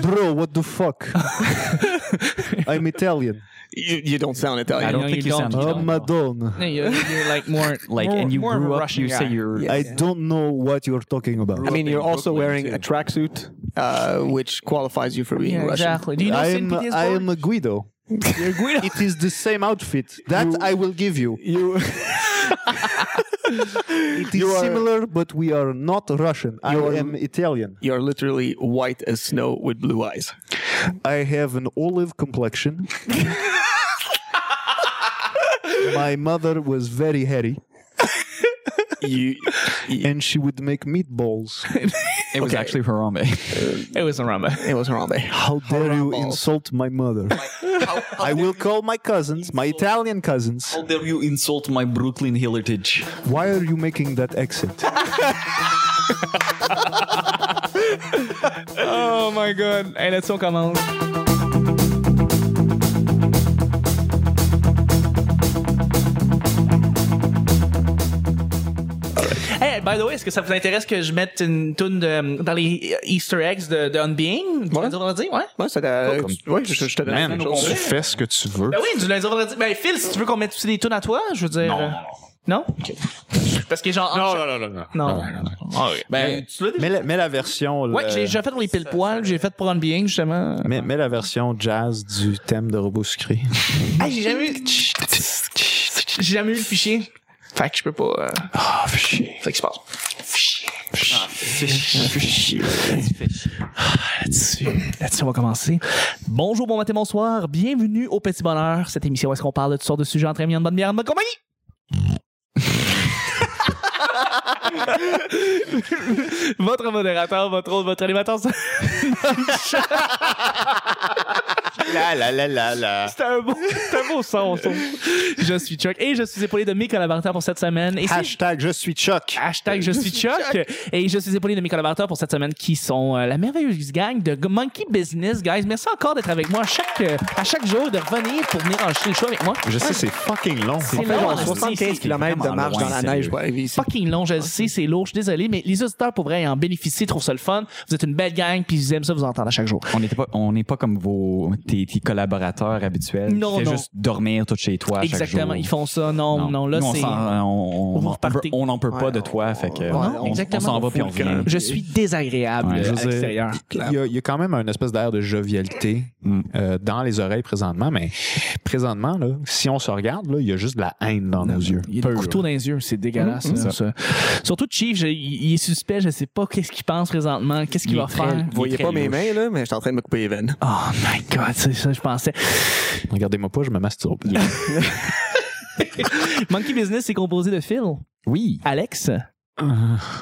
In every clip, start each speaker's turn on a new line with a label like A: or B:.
A: Bro, what the fuck? I'm Italian.
B: You, you don't sound Italian.
C: I don't
D: No,
C: think
D: you
C: you
D: don't.
C: sound
D: You
A: Oh,
D: don't.
A: Madonna.
D: No, you're, you're like more like,
C: More-
D: and you
C: more of a
D: grew up.
C: Russian
D: you say
C: guy.
D: you're.
B: Yeah.
A: I don't know what you're talking about.
B: I mean, you're
C: in
B: also
C: Brooklyn,
B: wearing
C: too.
B: a tracksuit, uh, which qualifies you for being
D: Yeah,
B: Russian.
D: exactly. Do you know
A: I
D: Saint
A: am, I
D: Petersburg?
A: am a Guido. It is the same outfit. That I will give you.
B: You,
A: It is
B: You are-
A: similar, but we are not Russian. I
B: You are-
A: am Italian.
B: you're literally white as snow with blue eyes.
A: I have an olive complexion. My mother was very hairy,
B: You, you-
A: and she would make meatballs.
D: It was
B: Okay.
D: actually Harambe.
C: It was a rumba.
B: it was Harambe.
A: How dare you
B: Horrible.
A: insult my mother? I will call my cousins, my Italian cousins.
C: How dare you insult my Brooklyn heritage?
A: Why are you making that accent?
C: Oh my god. Hey, let's talk about. Hey, by the way, est-ce que ça vous intéresse que je mette une toune de, dans les Easter eggs de, de Unbeing? Du
B: Ouais.
C: lundi au vendredi, ouais?
B: Ouais, ça t'a-
E: Comme-
B: ouais, je, je te donne
E: Man,
B: quelque chose.
E: tu fais ce que tu veux.
C: Ben oui, du lundi au vendredi. Ben Phil, si tu veux qu'on mette aussi des tunes à toi, je veux dire.
E: Non,
C: euh,
E: non,
C: Non? Parce que genre.
E: non, non, non, non,
C: Non.
E: Ah oui.
C: Ben, tu l'as déjà-
A: Mets la, mets la version.
C: Ouais,
A: le-
C: j'ai déjà fait pour les pile poils, j'ai fait pour Unbeing, justement.
A: mets, mets la version jazz du thème de Robot Sucré.
C: Ah, j'ai jamais eu. J'ai jamais eu le fichier. Fait que je peux pas. Ah, fichier. Fait que je passe. Ah, Là-dessus, on va commencer. Bonjour, bon matin, bonsoir. Bienvenue au Petit Bonheur, cette émission où est-ce qu'on parle de toutes sortes de sujets entre amis, en bonne bière, en bonne compagnie. votre modérateur, votre autre, votre animateur, c'est-
E: La la la la la.
C: c'est un, beau- c'est un beau son. ça. Je suis Chuck et je suis épaulé de mes collaborateurs pour cette semaine. Et si-
A: Hashtag je suis Chuck.
C: Hashtag je suis Chuck. Et je suis épaulé de mes collaborateurs pour cette semaine qui sont euh, la merveilleuse gang de Monkey Business, guys. Merci encore d'être avec moi à chaque, euh, à chaque jour, de revenir pour venir enregistrer le show avec moi.
E: Je sais, c'est fucking long.
C: C'est
E: En fait,
C: long,
E: on
B: Genre
C: c'est-
E: se voit-
B: 75
C: c'est
B: km de
E: vraiment
B: marche
E: loin,
B: dans la
E: sérieux.
B: neige pour arriver ici.
C: Fucking long, je le sais, c'est lourd, je suis désolé, mais les auditeurs pourraient en bénéficier, trouvent ça le fun. Vous êtes une belle gang, puis ils aiment ça vous entendre à chaque jour.
D: On n'était pas, on n'est pas comme vos tes, tes collaborateurs habituels.
C: Non,
D: qui fait
C: non.
D: juste dormir tout chez toi. à chaque
C: Exactement,
D: jour.
C: ils font ça. Non, non, là,
D: Nous, on
C: c'est.
D: s'en- on- on-
C: Vous
D: on peut-
C: repartez.
D: on n'en peut pas
B: Ouais,
D: de toi,
B: on-
D: fait que
B: ouais,
D: on-
C: Non,
D: on,
C: exactement.
D: s'en va puis on
B: Full
D: revient.
B: camp.
C: Je suis désagréable
D: Ouais, je
C: à
D: veux
A: dire-
C: l'extérieur.
A: Il y, a, il y a quand même une espèce d'air de jovialité
D: Mm.
A: euh, dans les oreilles présentement, mais présentement, là, si on se regarde, là, il y a juste de la haine dans nos yeux.
C: Il y a des
A: Peu,
C: couteaux
A: là.
C: dans les yeux, c'est dégueulasse.
D: Mhm.
C: ça, ça. Surtout Chief, je- il il est suspect, je sais pas qu'est-ce qu'il pense présentement, qu'est-ce qu'il
D: Il
C: va
D: est très-
C: faire.
B: Vous voyez
D: très
B: pas mes
D: louche.
B: mains, là, mais je suis en train de me couper les veines.
C: Oh my god, c'est ça, je pensais.
A: Regardez-moi pas, je me masturbe.
C: Monkey Business est composé de Phil,
D: Oui.
C: Alex
D: Ah.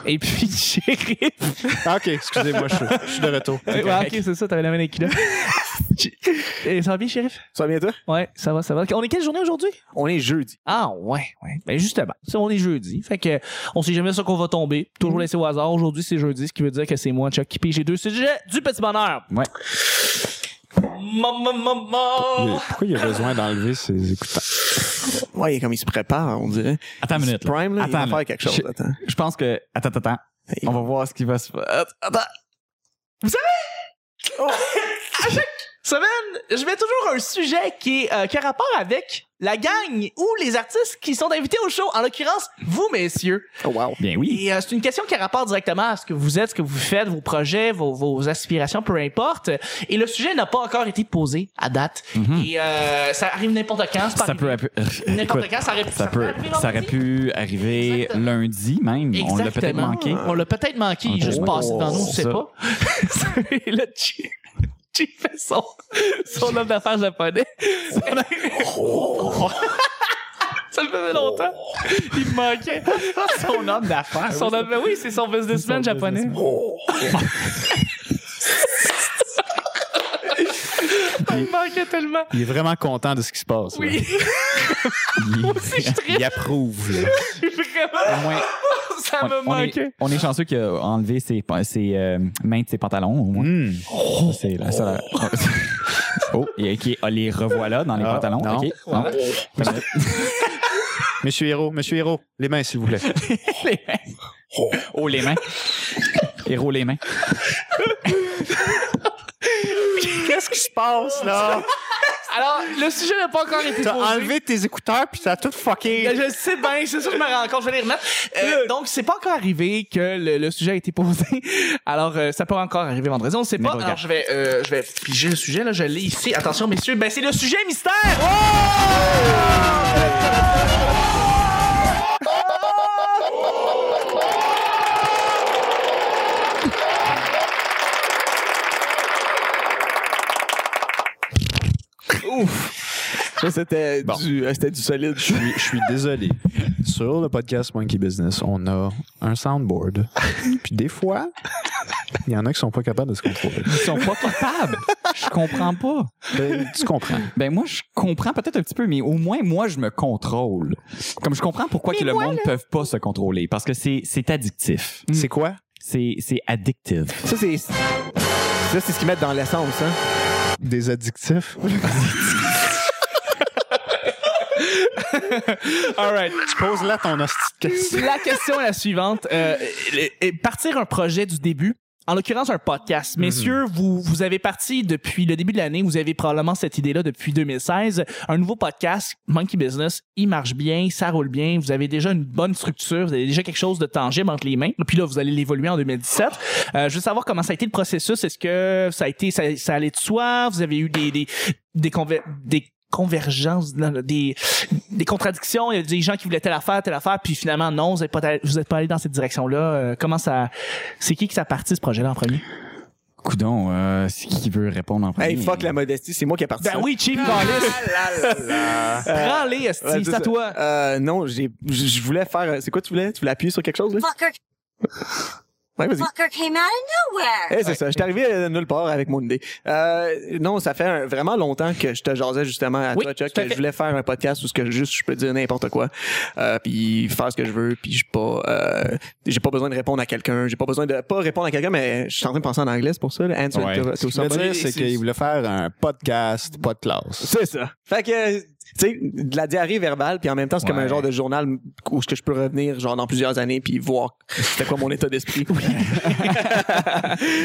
C: et puis Sheriff.
A: Ah, ok, excusez-moi, je, suis- je suis de retour.
C: Ouais, ok, c'est ça, t'avais la main avec qui là. Et ça va bien, Sheriff?
B: Ça va bien, toi?
C: Ouais, ça va, ça va. On est quelle journée aujourd'hui?
B: On est jeudi.
C: Ah ouais, ouais. Ben justement, ça, on est jeudi. Fait que on sait jamais sur qu'on va tomber. Toujours laissé au hasard. Aujourd'hui, c'est jeudi, ce qui veut dire que c'est moi, Chuck, qui pige les deux sujets du petit bonheur.
D: Ouais.
C: Maman, maman.
A: Pourquoi il y a besoin d'enlever ses écouteurs?
B: Ouais, comme il se prépare, on dirait.
D: Attends une minute. là.
B: Prime, là, il va
D: Attends, là.
B: faire quelque chose.
D: Je-
B: Attends.
D: Je pense que. Attends, attends, attends. On va voir ce qui va se euh, faire. Attends.
C: Semaine, je mets toujours un sujet qui, est, euh, qui a rapport avec la gang ou les artistes qui sont invités au show. En l'occurrence, vous, messieurs.
B: Oh, wow.
D: Bien oui.
C: Et euh, c'est une question qui a rapport directement à ce que vous êtes, ce que vous faites, vos projets, vos, vos aspirations, peu importe. Et le sujet n'a pas encore été posé à date.
D: Mhm.
C: Et euh, ça arrive n'importe quand. c'est pas
D: Ça peut. appu-
C: N'importe
D: Écoute,
C: quand, ça aurait pu.
D: Ça peut.
C: arriver
D: Ça aurait
C: vendredi.
D: pu arriver
C: Exactement.
D: lundi même. On l'a peut-être
C: Exactement.
D: manqué.
C: On l'a peut-être manqué. Il est
D: Oh.
C: juste passé devant nous, on ne
D: C'est
C: sait
D: ça.
C: pas. Et là, tu tu fais son, son homme d'affaires japonais. Ça le faisait longtemps. Il me manquait.
D: Son homme d'affaires.
C: Son homme- oui, c'est son businessman japonais. Il me manquait tellement.
A: Il est vraiment content de ce qui se passe. là.
C: Oui. Moi aussi, je tripe.
A: Il approuve. là.
C: Vraiment, ça me
D: on, est,
C: manquait.
D: on est chanceux qu'il a enlevé ses, ses euh, mains de ses pantalons, au moins.
A: Mm.
D: Ça, C'est la seule. oh, et, ok, ah, les revoilà dans les
A: Ah,
D: pantalons.
A: non.
D: ok. Non.
A: Monsieur Héros, monsieur Héros, les mains, s'il vous plaît.
D: Les mains. Oh, les mains. Héros, les mains.
E: Qu'est-ce qui se passe, là?
C: Alors, le sujet n'a pas encore été
E: T'as
C: posé.
E: enlevé tes écouteurs, puis t'as tout fucké.
C: Ben, Je le sais bien, c'est sûr que je me rends compte, je vais les remettre. Euh, donc, c'est pas encore arrivé que le, le sujet a été posé. Alors, euh, ça peut encore arriver vendredi, on sait pas. Alors, je vais, euh, je vais piger le sujet, là, je l'ai ici. Attention, messieurs, ben, c'est le sujet mystère! Oh!
B: Ça, c'était
A: Bon.
B: du, euh, c'était du solide.
A: Je suis, je suis désolé. Sur le podcast Monkey Business, on a un soundboard. Puis des fois, il y en a qui sont pas capables de se contrôler.
D: Ils sont pas capables. Je comprends pas.
A: Ben, tu comprends.
D: Ben moi, je comprends peut-être un petit peu, mais au moins, moi, je me contrôle. Comme je comprends pourquoi que le monde ne peut pas se contrôler. Parce que c'est c'est addictif.
A: C'est quoi?
D: C'est c'est addictif.
B: Ça, c'est. Ça, c'est ce qu'ils mettent dans l'essence, hein.
A: Des addictifs?
C: All right.
A: Tu poses là ton hostie de question.
C: La question est la suivante. Euh, et- et partir un projet du début, en l'occurrence un podcast. Messieurs, vous, vous avez parti depuis le début de l'année, vous avez probablement cette idée-là depuis 2016. Un nouveau podcast, Monkey Business, il marche bien, ça roule bien, vous avez déjà une bonne structure, vous avez déjà quelque chose de tangible entre les mains. Puis là, vous allez l'évoluer en 2017. Euh, je veux savoir comment ça a été le processus. Est-ce que ça a été, ça, ça allait de soi? Vous avez eu des, des, des, conver- des convergences, non, non, des, des contradictions. Il y a des gens qui voulaient telle affaire, telle affaire, puis finalement, non, vous n'êtes pas, allé- vous êtes pas allé dans cette direction-là. Euh, comment ça. C'est qui qui ça parti, ce projet-là, en premier?
D: Coudon, euh, c'est qui qui veut répondre en premier?
B: Hey, fuck la modestie, c'est moi qui ai parti. ça.
C: Mm.
B: Ah,
C: Ben oui, Chief Callis! Prends-les, Esti,
B: Ouais,
C: c'est à
B: ça.
C: toi!
B: Euh, non, j'ai, je je voulais faire. C'est quoi tu voulais? Tu voulais appuyer sur quelque chose, là?
F: Fucker,
B: Ouais, vas-y.
F: fucker came out of nowhere.
B: Eh, c'est ça. Je suis arrivé euh, nulle part avec mon idée. Euh, non, ça fait un- vraiment longtemps que je te jasais justement à
C: Oui,
B: toi, Chuck,
C: tout à
B: que
C: fait.
B: je voulais faire un podcast où ce que juste je peux dire n'importe quoi, euh, puis faire ce que je veux, puis je pas, euh, j'ai pas besoin de répondre à quelqu'un, j'ai pas besoin de pas répondre à quelqu'un, mais je suis en train de penser en anglais, c'est pour ça. Là, answer
A: Ouais.
B: to- to
A: Ce qu'il voulait
B: somebody.
A: dire, c'est qu'il voulait faire un podcast, pas de classe.
B: C'est ça. Fait que, tu sais, de la diarrhée verbale, puis en même temps, c'est comme
D: Ouais.
B: un genre de journal où ce que je peux revenir, genre, dans plusieurs années, puis voir c'était quoi mon état d'esprit.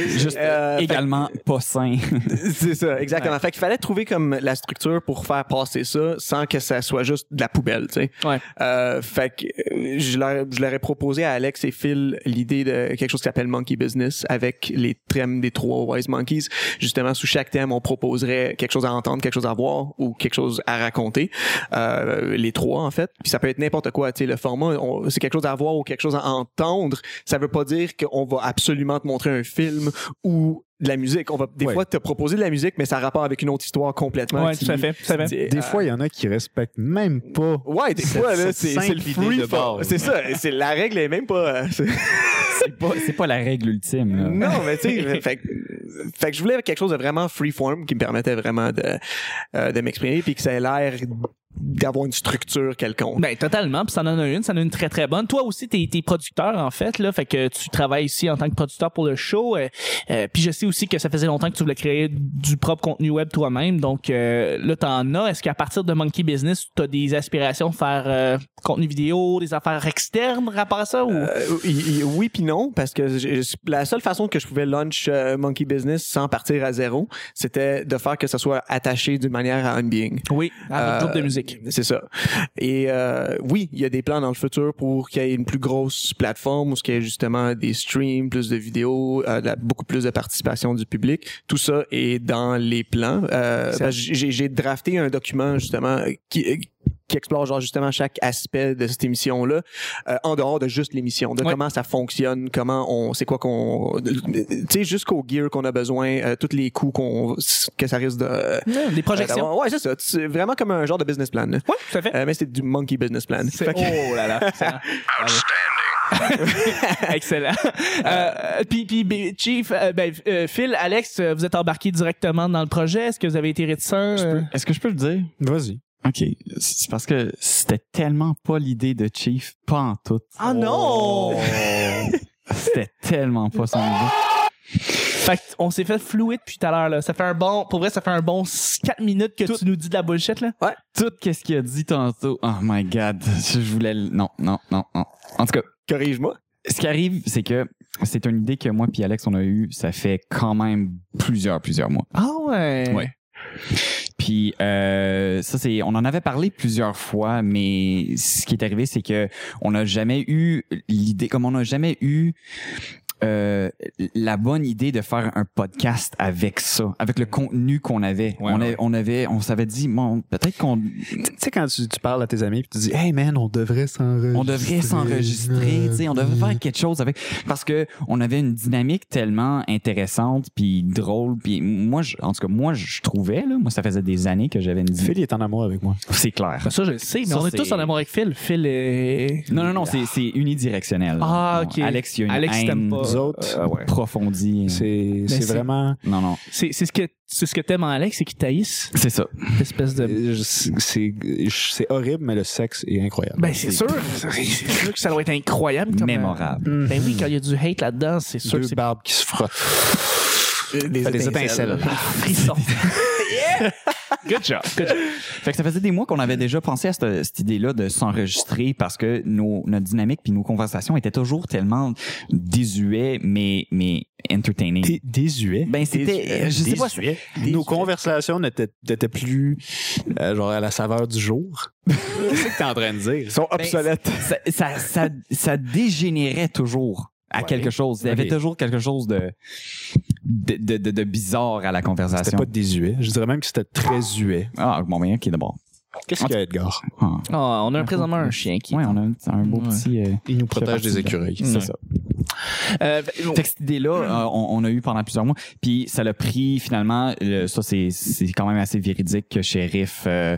D: Juste
B: Euh,
D: également pas sain.
B: C'est ça, exactement. Fait qu'il fallait trouver comme la structure pour faire passer ça sans que ça soit juste de la poubelle, tu sais.
C: Ouais.
B: Euh, fait que euh, je leur, je leur ai proposé à Alex et Phil l'idée de quelque chose qui s'appelle Monkey Business avec les thèmes des trois Wise Monkeys. Justement, sous chaque thème, on proposerait quelque chose à entendre, quelque chose à voir ou quelque chose à raconter. Euh, les trois, en fait. Puis ça peut être n'importe quoi, tu sais. Le format, on- c'est quelque chose à voir ou quelque chose à entendre. Ça veut pas dire qu'on va absolument te montrer un film ou de la musique. On va des
A: Ouais.
B: fois te proposer de la musique, mais ça a rapport avec une autre histoire complètement.
C: Ouais,
B: qui-
C: tout à fait, tout à fait.
B: qui-
A: Des
B: euh,
A: fois, il y en a qui respectent même pas.
B: Ouais, des
A: Cette-
B: fois, là,
A: cette
B: c'est c'est le
A: simple idée
B: free
A: de
B: fall.
A: base.
B: C'est ça. c'est- La règle est même pas. euh, c'est-
D: C'est pas, c'est pas la règle ultime. là.
B: non, mais tu sais, fait, que- fait que je voulais quelque chose de vraiment freeform qui me permettait vraiment de, euh, de m'exprimer puis que ça ait l'air d'avoir une structure quelconque.
C: Ben totalement, puis ça en a une, ça en a une très très bonne. Toi aussi, t'es es producteur en fait là, fait que tu travailles ici en tant que producteur pour le show. euh, euh, puis je sais aussi que ça faisait longtemps que tu voulais créer du propre contenu web toi-même, donc euh, là t'en as. Est-ce qu'à partir de Monkey Business, t'as des aspirations de faire euh, contenu vidéo, des affaires externes rapport à ça ou
B: Euh, y- y- oui puis non parce que j'ai- la seule façon que je pouvais launch euh, Monkey Business sans partir à zéro, c'était de faire que ça soit attaché d'une manière à Unbeing.
C: oui, à votre
B: Euh,
C: groupe de musique.
B: C'est ça. Et euh, oui, il y a des plans dans le futur pour qu'il y ait une plus grosse plateforme où ce qu'il y ait justement des streams, plus de vidéos, euh, de la- beaucoup plus de participation du public. Tout ça est dans les plans. Euh,
C: Ça-
B: parce que j'ai j'ai drafté un document justement euh, qui euh, qui explore genre justement chaque aspect de cette émission là en dehors de juste l'émission de
C: Ouais.
B: comment ça fonctionne comment on c'est quoi qu'on tu sais jusqu'au gear qu'on a besoin euh, tous les coûts qu'on que ça risque de euh,
C: Des projections.
B: d'avoir. ouais c'est ça c'est vraiment comme un genre de business plan là.
C: Oui, tout à fait.
B: Euh, mais c'est du monkey business plan.
C: C'est-
B: Fait que-
C: Oh là là, excellent. excellent. Euh, puis, puis, ben, Chief, euh, ben, euh, Phil, Alex, euh, vous êtes embarqué directement dans le projet. Est-ce que vous avez été réticent? euh?
D: Est-ce que je peux le dire?
A: Vas-y.
D: OK. C'est parce que c'était tellement pas l'idée de Chief, pas en tout.
C: Ah non!
D: C'était tellement pas son idée.
C: Fait qu'on s'est fait flouer depuis tout à l'heure, là. Ça fait un bon, pour vrai, ça fait un bon 4 minutes que tu nous dis de la bullshit, là.
D: Tout qu'est-ce qu'il a dit tantôt. Oh my God. Je voulais... le- Non, non, non, non. En tout cas,
B: Corrige-moi.
D: ce qui arrive, c'est que c'est une idée que moi puis Alex, on a eue, ça fait quand même plusieurs, plusieurs mois.
C: Ah ouais.
D: Ouais. Puis euh, ça c'est, on en avait parlé plusieurs fois, mais ce qui est arrivé c'est que on n'a jamais eu l'idée, comme on n'a jamais eu euh, la bonne idée de faire un podcast avec ça, avec le contenu qu'on avait.
G: Ouais,
D: on, a-
G: ouais.
D: on avait, on s'avait dit, bon, peut-être qu'on
A: Tu sais, quand tu, tu parles à tes amis puis tu dis, hey man, on devrait s'enregistrer.
D: on devrait s'enregistrer, tu sais, on devrait faire quelque chose avec parce que on avait une dynamique tellement intéressante puis drôle puis moi je- en tout cas moi je trouvais là, moi ça faisait des années que j'avais une idée.
A: Phil il est en amour avec moi.
D: C'est clair.
C: Ben, ça, je le sais, mais
D: Ça,
C: on est
D: c'est-
C: tous en amour avec Phil. Phil est.
D: Non non non, c'est c'est unidirectionnel.
C: Ah,
D: Non,
C: ok.
D: Alex il y a une
C: Alex,
D: haine
C: t'aimes pas.
A: Nous autres,
D: euh, ouais, approfondie.
A: c'est c'est
C: c'est-
A: vraiment.
D: Non non,
C: C'est c'est ce que c'est ce que t'aimes en Alex, c'est qu'il taillisse.
D: c'est ça.
C: L'espèce de.
A: euh, C'est c'est- c'est horrible, mais le sexe est incroyable.
C: Ben, c'est sûr. C'est sûr que ça doit être incroyable. comme-
D: Mémorable.
C: Ben oui, quand il y a du hate là-dedans, c'est sûr que
A: Deux
C: c'est
A: barbes qui se frottent.
B: Des,
C: frisson.
D: Good job. Fait que ça faisait des mois qu'on avait déjà pensé à cette, cette idée-là de s'enregistrer parce que nos, notre dynamique puis nos conversations étaient toujours tellement désuets mais mais entertaining.
A: Désuet.
D: Ben c'était, euh, je sais pas,
A: Nos conversations n'étaient n'étaient plus euh, genre à la saveur du jour. Qu'est-ce que t'es en train de dire?
B: sont obsolètes.
D: ça, ça, ça, ça dégénérait toujours à
A: Ouais.
D: quelque chose. Il y avait
A: Ok.
D: toujours quelque chose de, de, de, de- de bizarre à la
A: C'était
D: conversation.
A: pas désuet. Je dirais même que c'était très zuet.
D: Ah, bon, mais ok, d'abord.
A: Qu'est-ce qu'il y a, Edgar?
D: Ah.
C: Oh, on a présentement un chien qui.
D: Ouais, on a un, un beau
C: Ouais.
D: petit. euh,
A: Il nous
D: protège des
A: écureuils.
D: c'est ça.
C: Euh,
D: Fait que cette idée-là, euh, on, on a eu pendant plusieurs mois. Puis ça l'a pris finalement, le- ça c'est c'est quand même assez véridique que Sheriff euh,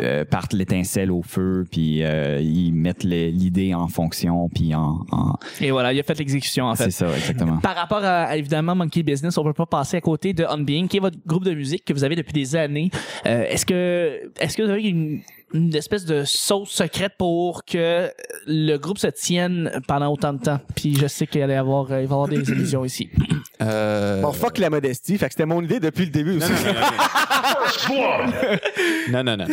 D: euh, parte l'étincelle au feu, puis euh, ils mettent les- l'idée en fonction, puis en... en-
C: et voilà, il a fait l'exécution en
D: c'est
C: fait.
D: ça, exactement.
C: Par rapport à, à, évidemment Monkey Business, on peut pas passer à côté de On Being, qui est votre groupe de musique que vous avez depuis des années. Euh, est-ce que est-ce que vous avez une, une espèce de sauce secrète pour que le groupe se tienne pendant autant de temps Puis je sais qu'il va y avoir, euh, il va y avoir des illusions ici.
B: Bon, fuck la modestie. Fait que c'était mon idée depuis le début aussi.
A: Non, non, non.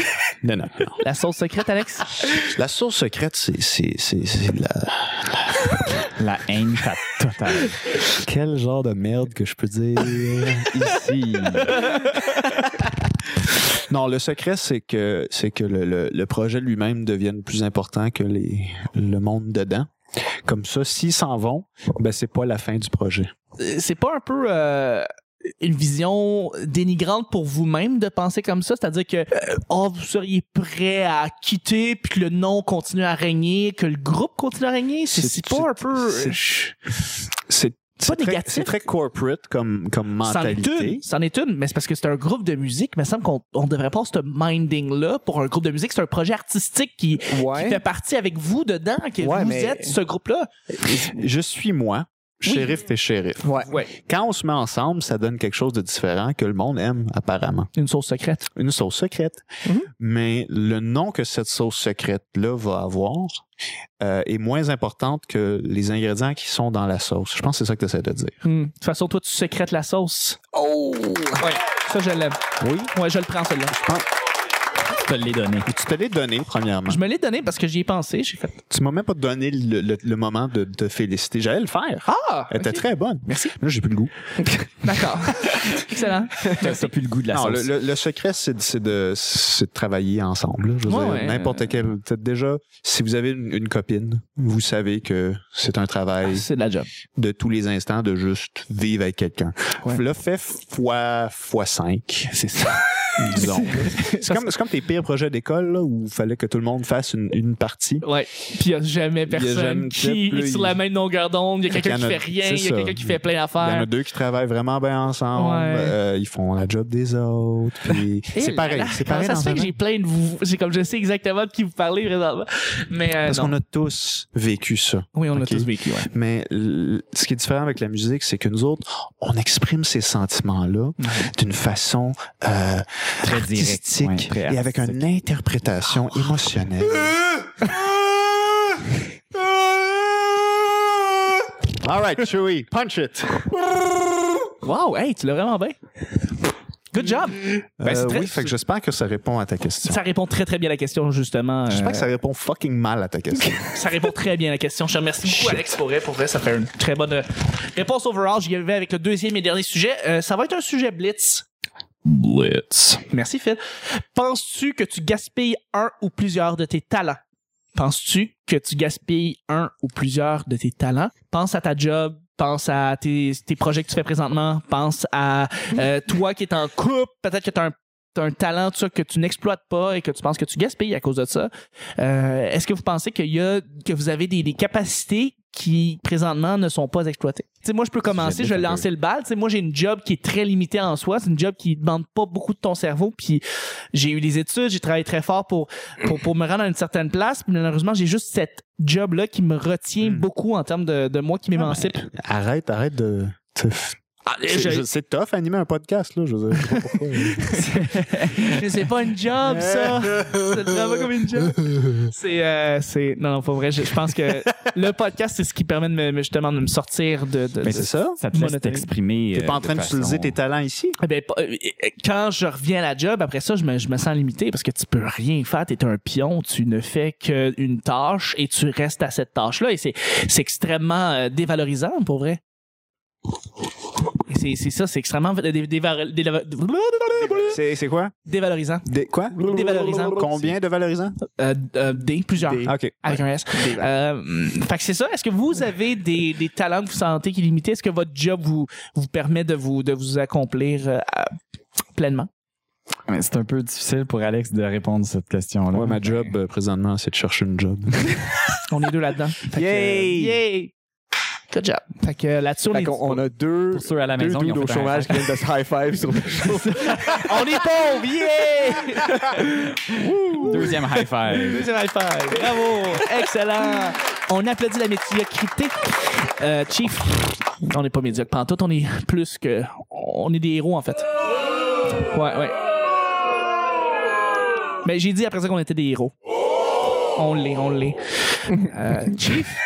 A: Non, non, non.
C: La sauce secrète, Alex
A: La source secrète, c'est, c'est, c'est, c'est de la...
D: La haine totale.
A: Quel genre de merde que je peux dire ici? Non, le secret, c'est que, c'est que le, le- le projet lui-même devienne plus important que les, le monde dedans. Comme ça, s'ils s'en vont, ben c'est pas la fin du projet.
C: Euh, c'est pas un peu euh, une vision dénigrante pour vous-même de penser comme ça, c'est-à-dire que euh, oh, vous seriez prêt à quitter puis que le nom continue à régner, que le groupe continue à régner, c'est
A: C'est-
C: c'est pas un peu euh,
A: c'est- C'est, c'est très,
C: négatif.
A: c'est très corporate comme, comme
C: c'en est une,
A: mentalité.
C: c'en est une, mais c'est parce que c'est un groupe de musique, il me semble qu'on on devrait pas avoir ce minding là pour un groupe de musique, c'est un projet artistique qui, qui fait partie avec vous dedans, que
B: Ouais,
C: vous
B: mais-
C: êtes ce groupe là.
A: Je suis moi,
C: Oui.
A: shérif et shérif.
B: Ouais.
A: Quand on se met ensemble, ça donne quelque chose de différent que le monde aime, apparemment.
C: Une sauce secrète.
A: Une sauce secrète.
B: Mhm.
A: Mais le nom que cette sauce secrète-là va avoir euh, est moins importante que les ingrédients qui sont dans la sauce. Je pense que c'est ça que tu essaies de dire.
C: Hmm. De toute façon, toi tu secrètes la sauce. Oh ouais, ça je l'aime.
A: Oui.
C: Ouais, je le prends celui-là.
D: Je te l'ai donné.
A: Et tu te l'es donné, premièrement.
C: Je me l'ai donné parce que j'y ai pensé. J'ai fait
A: Tu m'as même pas donné le, le- le moment de te féliciter. J'allais le faire.
C: Ah!
A: Elle était
C: ok.
A: très bonne.
C: Merci.
A: Là, j'ai plus le goût.
C: D'accord. Excellent.
D: T'as t'as plus le goût de la
A: non,
D: sauce.
A: Le, le- le secret, c'est de, c'est de- c'est de travailler ensemble. là. Je veux
C: Ouais,
A: dire,
C: ouais.
A: n'importe quel. peut-être Déjà, si vous avez une, une copine, vous savez que c'est un travail
C: Ah, C'est de la job.
A: de tous les instants de juste vivre avec quelqu'un.
C: Ouais.
A: Là, fait fois, fois cinq. C'est ça. Disons. C'est comme, c'est comme tes pires projets d'école là, où il fallait que tout le monde fasse une, une partie.
C: Ouais. Puis il n'y a jamais
A: y a
C: personne
A: jamais-
C: qui
A: là,
C: est sur
A: il-
C: la même longueur d'onde. Il y a
A: Fait
C: quelqu'un
A: qu'il
C: qui
A: y en
C: fait
A: a-
C: rien.
A: c'est
C: Il y a
A: ça.
C: quelqu'un qui fait plein
A: Il y en a
C: d'affaires.
A: deux qui travaillent vraiment bien ensemble.
C: Ouais.
A: euh, ils font la job des autres. puis
C: Eh
A: c'est
C: là
A: pareil.
C: là,
A: C'est
C: comment
A: pareil
C: ça
A: dans
C: se fait
A: un
C: que
A: an.
C: j'ai plein de vous. C'est comme je sais exactement de qui vous parlez présentement. Mais euh,
A: Parce
C: non.
A: qu'on a tous vécu ça.
C: Oui, on
A: Ok.
C: a tous vécu. Ouais.
A: Mais l- ce qui est différent avec la musique, c'est que nous autres, on exprime ces sentiments-là d'une façon euh,
D: Très direct.
A: artistique
D: Ouais, très Ah,
A: et avec une interprétation émotionnelle. All right, Chewie, punch it.
C: Wow, hey, tu l'as vraiment bien. Good job.
D: Ben, c'est
A: Euh,
D: très-
A: oui, fait que j'espère que ça répond à ta question.
C: Ça répond très, très bien à la question, justement. euh,
A: J'espère que ça répond fucking mal à ta question.
C: Ça répond très bien à la question. Je te remercie beaucoup, Alex, pour vrai. Pour vrai, ça fait une très bonne euh, réponse overall. J'y vais avec le deuxième et dernier sujet. Euh, ça va être un sujet blitz.
D: Blitz.
C: Merci, Phil. Penses-tu que tu gaspilles un ou plusieurs de tes talents? Penses-tu que tu gaspilles un ou plusieurs de tes talents? Pense à ta job. Pense à tes, tes projets que tu fais présentement. Pense à euh, toi qui es en couple. Peut-être que tu as un, t'as un talent tout ça, que tu n'exploites pas et que tu penses que tu gaspilles à cause de ça. Euh, Est-ce que vous pensez qu'il y a, que vous avez des, des capacités qui présentement ne sont pas exploitées? Tu sais, moi, je peux commencer, je vais lancer le bal. Tu sais, moi, j'ai une job qui est très limitée en soi. C'est une job qui demande pas beaucoup de ton cerveau. Puis j'ai eu des études, j'ai travaillé très fort pour, pour, pour me rendre à une certaine place. Puis malheureusement, j'ai juste cette job-là qui me retient beaucoup en termes de, de moi qui m'émancipe.
A: arrête, arrête de. te f-
C: Ah,
A: C'est
C: je-
A: je- c'est tough animer un podcast, là. Je veux dire, je sais pas pourquoi.
C: Mais c'est pas une job, ça. C'est vraiment comme une job. C'est, euh, c'est, non, non, pas vrai. Je, je pense que le podcast, c'est ce qui permet de me, me- justement de me sortir de. de-
D: Mais
C: de-
D: c'est ça. Ça te laisse
C: Monotone.
D: t'exprimer.
A: T'es
D: euh,
A: pas en train
D: façon-
A: d'utiliser tes talents ici?
C: Eh ben, pas- euh, euh, quand je reviens à la job, après ça, je me, je me sens limité parce que tu peux rien faire. T'es un pion, tu ne fais qu'une tâche et tu restes à cette tâche-là. Et c'est, c'est extrêmement euh, dévalorisant pour vrai. Et C'est, c'est ça, c'est extrêmement dé- dé- déval- déval-
A: C'est c'est quoi?
C: dévalorisant.
A: Des, quoi?
C: Dévalorisant.
A: Combien de valorisant?
C: Euh, euh, des, plusieurs.
B: Des.
A: OK.
C: Avec un S. Euh, fait que c'est ça. Est-ce que vous avez des, des talents que vous sentez qui limitent? Est-ce que votre job vous, vous permet de vous, de vous accomplir euh, à- pleinement?
D: Mais C'est un peu difficile pour Alex de répondre à cette question-là.
A: Ouais, ma job euh, présentement, c'est de chercher une job.
C: On est deux là-dedans. Fait que, euh, yay! Good job. Fait que euh, là-dessus, on,
B: Fait
C: est-
B: qu'on- on a deux,
D: Pour ceux à la
B: deux
D: maison, ils
B: dudes
D: ont
B: au
D: fait un
B: chômage qui viennent de se high-five sur le show.
C: on est pauvres! Yay!
D: Deuxième high five.
C: Deuxième high five. Bravo! Excellent! On applaudit la médiocrité. Euh, Chief, on n'est pas médiocre pantoute, on est plus que... On est des héros, en fait. Ouais, ouais. Mais j'ai dit après ça qu'on était des héros. On l'est, on l'est. Euh, Chief,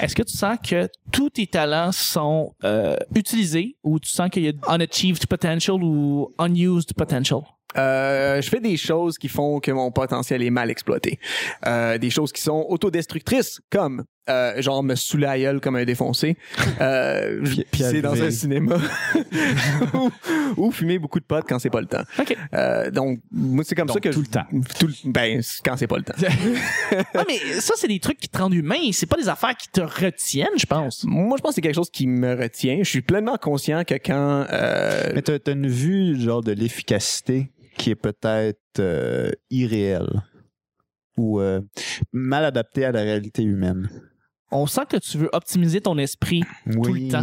C: est-ce que tu sens que tous tes talents sont euh, utilisés ou tu sens qu'il y a unachieved potential ou unused potential?
B: Euh, je fais des choses qui font que mon potentiel est mal exploité. Euh, des choses qui sont autodestructrices, comme euh, genre me saouler à la gueule comme un défoncé, euh, je- pisser dans un cinéma ou, ou fumer beaucoup de potes quand c'est pas le temps.
C: OK.
B: Euh, donc, moi, c'est comme ça que...
D: tout
B: je-
D: le temps.
B: Tout le- ben, c'est quand c'est pas le temps.
C: Ah, mais ça, c'est des trucs qui te rendent humain. C'est pas des affaires qui te retiennent, je pense.
B: Moi, je pense que c'est quelque chose qui me retient. Je suis pleinement conscient que quand... euh,
A: Mais t'as t'as une vue, genre, de l'efficacité qui est peut-être euh, irréelle ou euh, mal adaptée à la réalité humaine.
C: On sent que tu veux optimiser ton esprit le temps.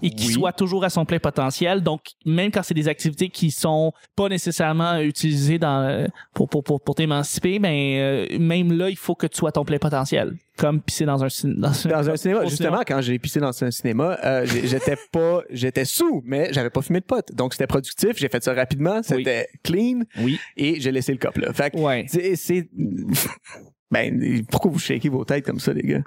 C: et qu'il
A: Oui.
C: soit toujours à son plein potentiel. Donc, même quand c'est des activités qui sont pas nécessairement utilisées dans, pour, pour, pour, pour t'émanciper, ben, euh, même là, il faut que tu sois à ton plein potentiel. Comme pisser dans un, cin- dans un-
B: dans un cinéma.
C: au
B: Justement, quand j'ai pissé dans un cinéma, euh, j'ai- j'étais pas, j'étais sous, mais j'avais pas fumé de potes. Donc c'était productif. J'ai fait ça rapidement. C'était clean
C: Oui.
B: et j'ai laissé le cop là. Fait que
C: Ouais.
B: c'est- c'est, ben pourquoi vous shakez vos têtes comme ça, les gars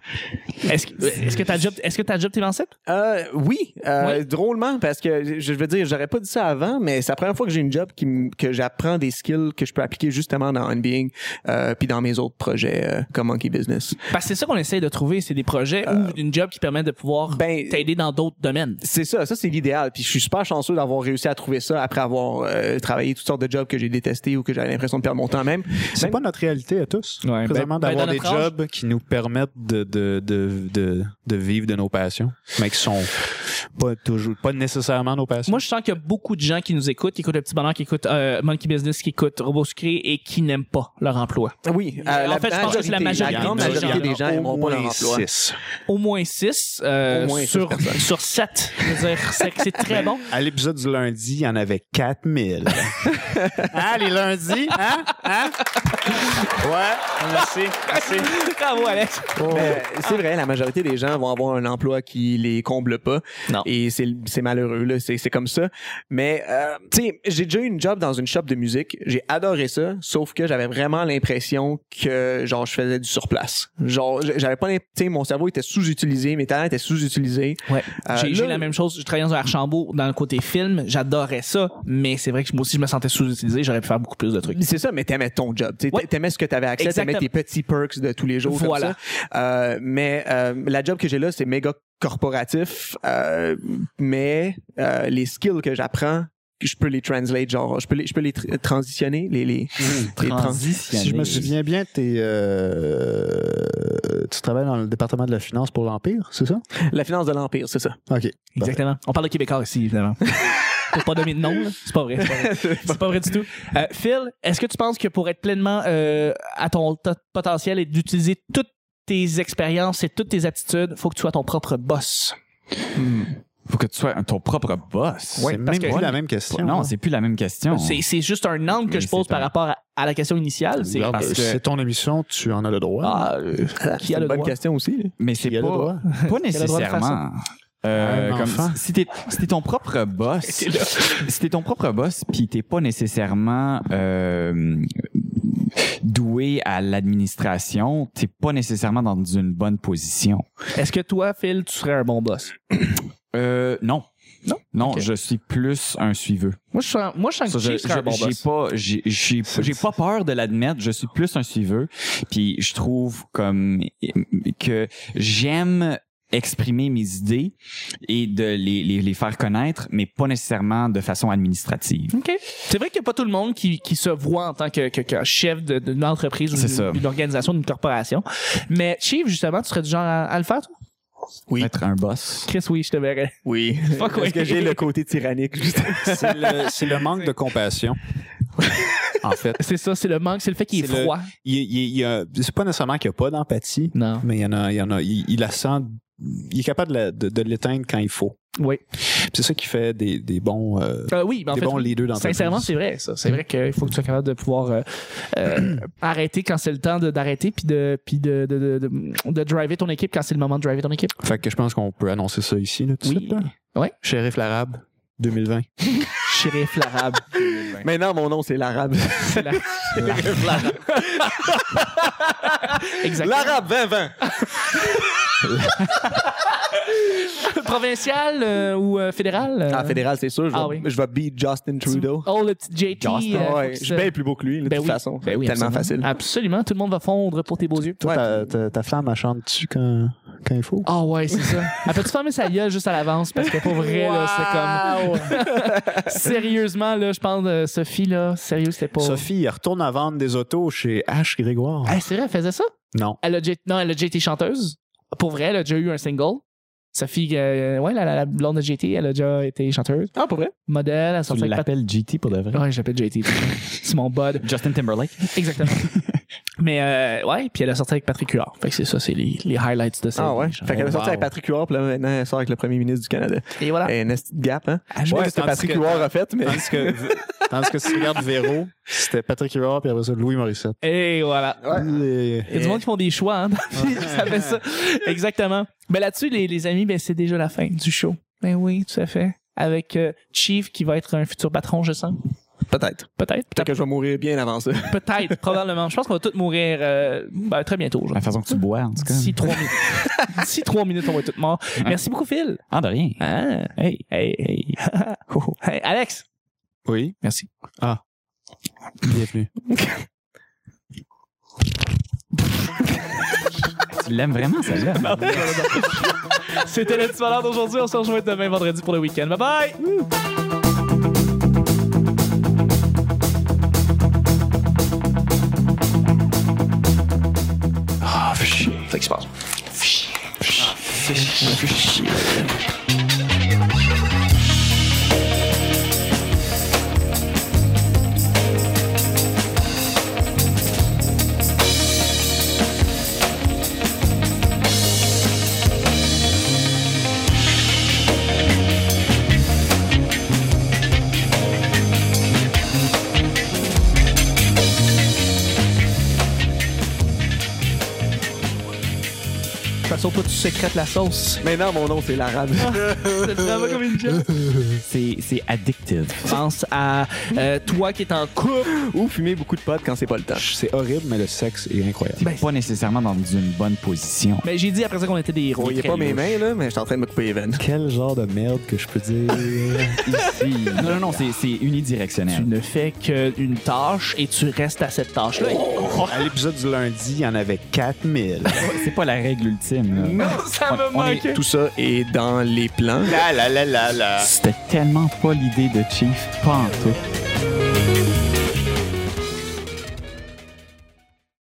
C: Est-ce que, est-ce que ta job, est-ce que ta job t'émancipe?
B: euh, Oui, euh,
C: Ouais.
B: drôlement parce que je veux dire, j'aurais pas dit ça avant, mais c'est la première fois que j'ai une job qui m- que j'apprends des skills que je peux appliquer justement dans Unbeing euh, puis dans mes autres projets euh, comme Monkey Business.
C: Parce que c'est ça qu'on essaie de trouver, c'est des projets ou une job qui permet de pouvoir
B: Euh, ben-
C: t'aider dans d'autres domaines.
B: C'est ça, ça c'est l'idéal. Puis je suis super chanceux d'avoir réussi à trouver ça après avoir euh, travaillé toutes sortes de jobs que j'ai détestés ou que j'avais l'impression de perdre mon temps même.
A: C'est
B: Même-
A: pas notre réalité à tous.
D: Ouais,
C: ben,
A: Présentement, d'avoir
C: dans
A: des
C: notre âge-
A: jobs qui nous permettent de, de, de, de, de vivre de nos passions, mais qui sont pas toujours, pas nécessairement nos passions.
C: Moi, je sens qu'il y a beaucoup de gens qui nous écoutent, qui écoutent Le Petit Bonheur, qui écoutent euh, Monkey Business, qui écoutent Robot Sucré et qui n'aiment pas leur emploi.
B: Oui, euh,
C: En fait, je pense que c'est la majorité
B: la grande
C: des gens.
B: majorité des gens
A: Au
B: n'aimeront pas
A: moins
B: leur emploi.
A: six.
C: Au moins 6
B: Au moins six
C: sur,
B: personnes. Ben,
C: sur 7. Je veux dire, c'est c'est très bon.
A: À l'épisode du lundi, il y en avait 4000. hein, les Ah, lundis, hein?
B: Hein?
E: Ouais, merci, merci.
C: Bravo, Alex.
B: Mais c'est vrai, la majorité des gens vont avoir un emploi qui les comble pas.
C: Non.
B: Et c'est c'est malheureux, là. C'est c'est comme ça. Mais, euh, tu sais, j'ai déjà eu une job dans une shop de musique. J'ai adoré ça, sauf que j'avais vraiment l'impression que, genre, je faisais du surplace. Genre, j'avais pas... l'im- Tu sais, mon cerveau était sous-utilisé, mes talents étaient sous-utilisés.
C: Ouais.
B: Euh,
C: j'ai j'ai
B: là-
C: la même chose. Je travaillais dans un Archambault dans le côté film. J'adorais ça. Mais c'est vrai que moi aussi, je me sentais sous-utilisé. J'aurais pu faire beaucoup plus de trucs.
B: C'est ça, mais t'aimais ton job. tu sais,
C: Ouais.
B: T'aimais ce que t'avais accès, t'aimais
C: Exactement.
B: tes petits perks de tous les jours. comme
C: Voilà.
B: ça. Euh, mais euh, la job que j'ai là, c'est méga corporatif. euh, mais euh, les skills que j'apprends, je peux les translate, genre, je peux les, je peux les tr- transitionner, les, les,
C: Hmm.
B: les trans-
D: Transitionner.
A: Si je me souviens bien, t'es, euh, tu travailles dans le département de la finance pour l'Empire, c'est ça?
B: La finance de l'Empire, c'est ça.
A: OK.
C: Exactement. On parle de Québécois ici, évidemment. Pour pas donner de nom, là. c'est pas vrai. c'est pas vrai. C'est pas vrai du tout. Euh, Phil, est-ce que tu penses que pour être pleinement euh, à ton to- potentiel et d'utiliser toutes tes expériences et toutes tes aptitudes, faut que tu sois ton propre boss.
D: Faut que tu sois ton propre boss.
A: c'est
C: parce
A: même
C: que-
A: plus la même question. hein.
D: Non, c'est plus la même question.
C: C'est c'est juste un angle que
D: Mais
C: je pose
D: c'est pas-
C: par rapport à, à la question initiale. C'est
A: Regarde,
C: parce
A: euh,
C: que
A: c'est ton émission, tu en as le droit.
C: Ah, euh,
B: C'est
C: qui a
B: une
C: le
B: bonne
C: droit?
B: question aussi. là.
D: Mais
A: Tu
D: c'est
A: y as le
D: pas,
A: droit.
D: pas
C: a le droit de faire
D: nécessairement. Euh,
A: Un
D: comme
A: enfant.
D: si t'es si t'es ton propre boss, si t'es ton propre boss, puis t'es pas nécessairement euh, doué à l'administration, t'es pas nécessairement dans une bonne position.
C: Est-ce que toi, Phil, tu serais un bon boss?
D: Euh, non,
C: Non?
D: non,
C: Ok.
D: je suis plus un suiveux.
C: Moi, je sens, moi, je sens
D: Ça,
C: que
D: je-
C: Chief serait un bon
D: je- J'ai
C: boss.
D: pas, j'ai- j'ai j'ai pas peur de l'admettre. Je suis plus un suiveux. Puis je trouve comme que j'aime exprimer mes idées et de les, les, les faire connaître, mais pas nécessairement de façon administrative.
C: OK. C'est vrai qu'il n'y a pas tout le monde qui, qui se voit en tant que, que- que chef de- d'une entreprise ou
D: C'est
C: d'une-
D: ça.
C: d'une organisation, d'une corporation. Mais Chief, justement, tu serais du genre à, à le faire, toi?
B: Oui.
D: Être un boss.
C: Chris, oui, je te verrais.
B: Oui.
C: Fuck
B: Parce
C: oui.
B: que j'ai le côté tyrannique, juste.
A: C'est le, c'est le manque de compassion. en fait,
C: C'est ça, c'est le manque, c'est le fait qu'il est,
A: C'est le-
C: froid.
A: il, il- il y a- c'est pas nécessairement qu'il n'y a pas d'empathie,
C: Non.
A: mais il y en a, il, y en a, il, il la sent, il est capable de, la- de- de l'éteindre quand il faut.
C: Oui.
A: Puis C'est ça qui fait des, des bons, euh,
C: Euh, oui, mais en
A: des
C: fait,
A: bons
C: oui.
A: leaders dans
C: sincèrement, c'est vrai, ça. C'est vrai qu'il faut que tu sois capable de pouvoir euh, euh, arrêter quand c'est le temps de- d'arrêter puis de, puis de, de, de, de, de driver ton équipe quand c'est le moment de driver ton équipe.
A: Fait que je pense qu'on peut annoncer ça ici, là, tout de
C: Oui.
A: suite, là.
C: Ouais.
A: Shérif l'Arabe, 2020.
C: Shérif l'arabe.
B: Maintenant, mon nom, c'est l'arabe.
C: C'est la- Exactement.
B: L'arabe 2020.
C: Provincial euh, ou euh, fédéral? euh,
B: En fédéral, c'est sûr, je vais,
C: Ah oui.
B: je vais beat Justin
C: tu-
B: Trudeau.
C: Oh, le petit JT.
B: Justin,
C: euh,
B: Ah ouais,
C: faut que
B: je
C: ça-
B: suis bien plus beau que lui, là, de
C: Ben
B: toute
C: oui.
B: façon.
C: Ben oui,
B: Tellement
C: absolument.
B: facile.
C: Absolument, tout le monde va fondre pour tes beaux yeux.
A: Toi,
B: Ouais.
A: ta, ta- ta flamme, elle chante-tu quand, quand il faut?
C: Ah ouais, c'est ça. Elle peut-tu fermer sa gueule juste à l'avance? Parce que pour vrai, là, c'est comme... Sérieusement, là, je pense de Sophie, là, sérieux, c'était pas...
A: Sophie, elle retourne à vendre des autos chez H. Grégoire.
C: Ah, c'est vrai, elle faisait ça?
A: Non.
C: Elle a déjà, non, elle a déjà été chanteuse. Pour vrai, elle a déjà eu un single. Sophie, euh, ouais, la, la- la blonde de JT, elle a déjà été chanteuse.
B: Ah, pour vrai?
C: Modèle, elle
D: Tu
C: sortait avec Pat-
D: l'appelles GT pour de vrai.
C: Ouais, je l'appelle JT. c'est mon bud.
D: Justin Timberlake.
C: Exactement. Mais euh, ouais, puis elle a sorti avec Patrick Huard. Fait que c'est ça, c'est les, les highlights de ça.
B: Ah ouais? Fait qu'elle a sorti avec Patrick Huard, puis là, maintenant, elle sort avec le premier ministre du Canada.
C: Et voilà.
B: Et un esti de gap, hein?
C: Ah,
B: Je sais
A: Ouais,
B: pas si c'était
A: tandis
B: Patrick
A: que-
B: Huard a fait, mais.
A: Tandis que, tandis que si tu regardes Véro, c'était Patrick Huard, puis après ça, Louis Morissette.
C: Et voilà.
A: Les-
C: Il y a du monde qui font des choix, hein, dans la vie, ça fait ça. Exactement. Ben là-dessus, les, les amis, ben c'est déjà la fin du show. Ben oui, tout à fait. Avec euh, Chief qui va être un futur patron, je sens.
B: Peut-être.
C: Peut-être.
B: Peut-être que je vais mourir bien avant ça.
C: Peut-être, probablement. Je pense qu'on va tous mourir euh, ben, très bientôt. genre.
D: La façon que tu bois, en tout cas.
C: D'ici trois minutes. D'ici trois minutes, on va être tous morts. Merci beaucoup, Phil.
D: Ah, de rien.
C: Ah.
D: Hey.
C: Hey, hey. hey, Alex.
A: Oui.
C: Merci.
A: Ah. Bienvenue.
D: Tu l'aimes vraiment, celle-là.
C: C'était le petit malheur d'aujourd'hui. On se rejoint demain vendredi pour le week-end. Bye bye! sauce. Toi, tu sécrètes la sauce.
B: Maintenant, mon nom, c'est l'arabe.
C: C'est vraiment comme une joke.
D: C'est c'est addictive.
C: Pense à euh, toi qui es en couple.
B: Ou fumer beaucoup de potes quand c'est pas le temps.
A: C'est horrible, mais le sexe est incroyable.
C: Ben,
D: Pas nécessairement dans une bonne position.
C: ben, j'ai dit après ça qu'on était des
B: Vous
C: héros.
B: voyez pas mes mains, là, mais je suis en train de me couper les veines.
A: Quel genre de merde que je peux dire?
D: Ici. Non, non, non, c'est c'est
C: Tu
D: unidirectionnel.
C: ne fais qu'une tâche et tu restes à cette tâche-là.
A: à l'épisode du lundi, il y en avait 4000.
D: C'est pas la règle ultime. là.
C: ça
D: me On- on est- manquait.
B: Tout ça est dans les plans.
A: la la la la la.
D: C'était tellement pas l'idée de Chief. Pas en tout.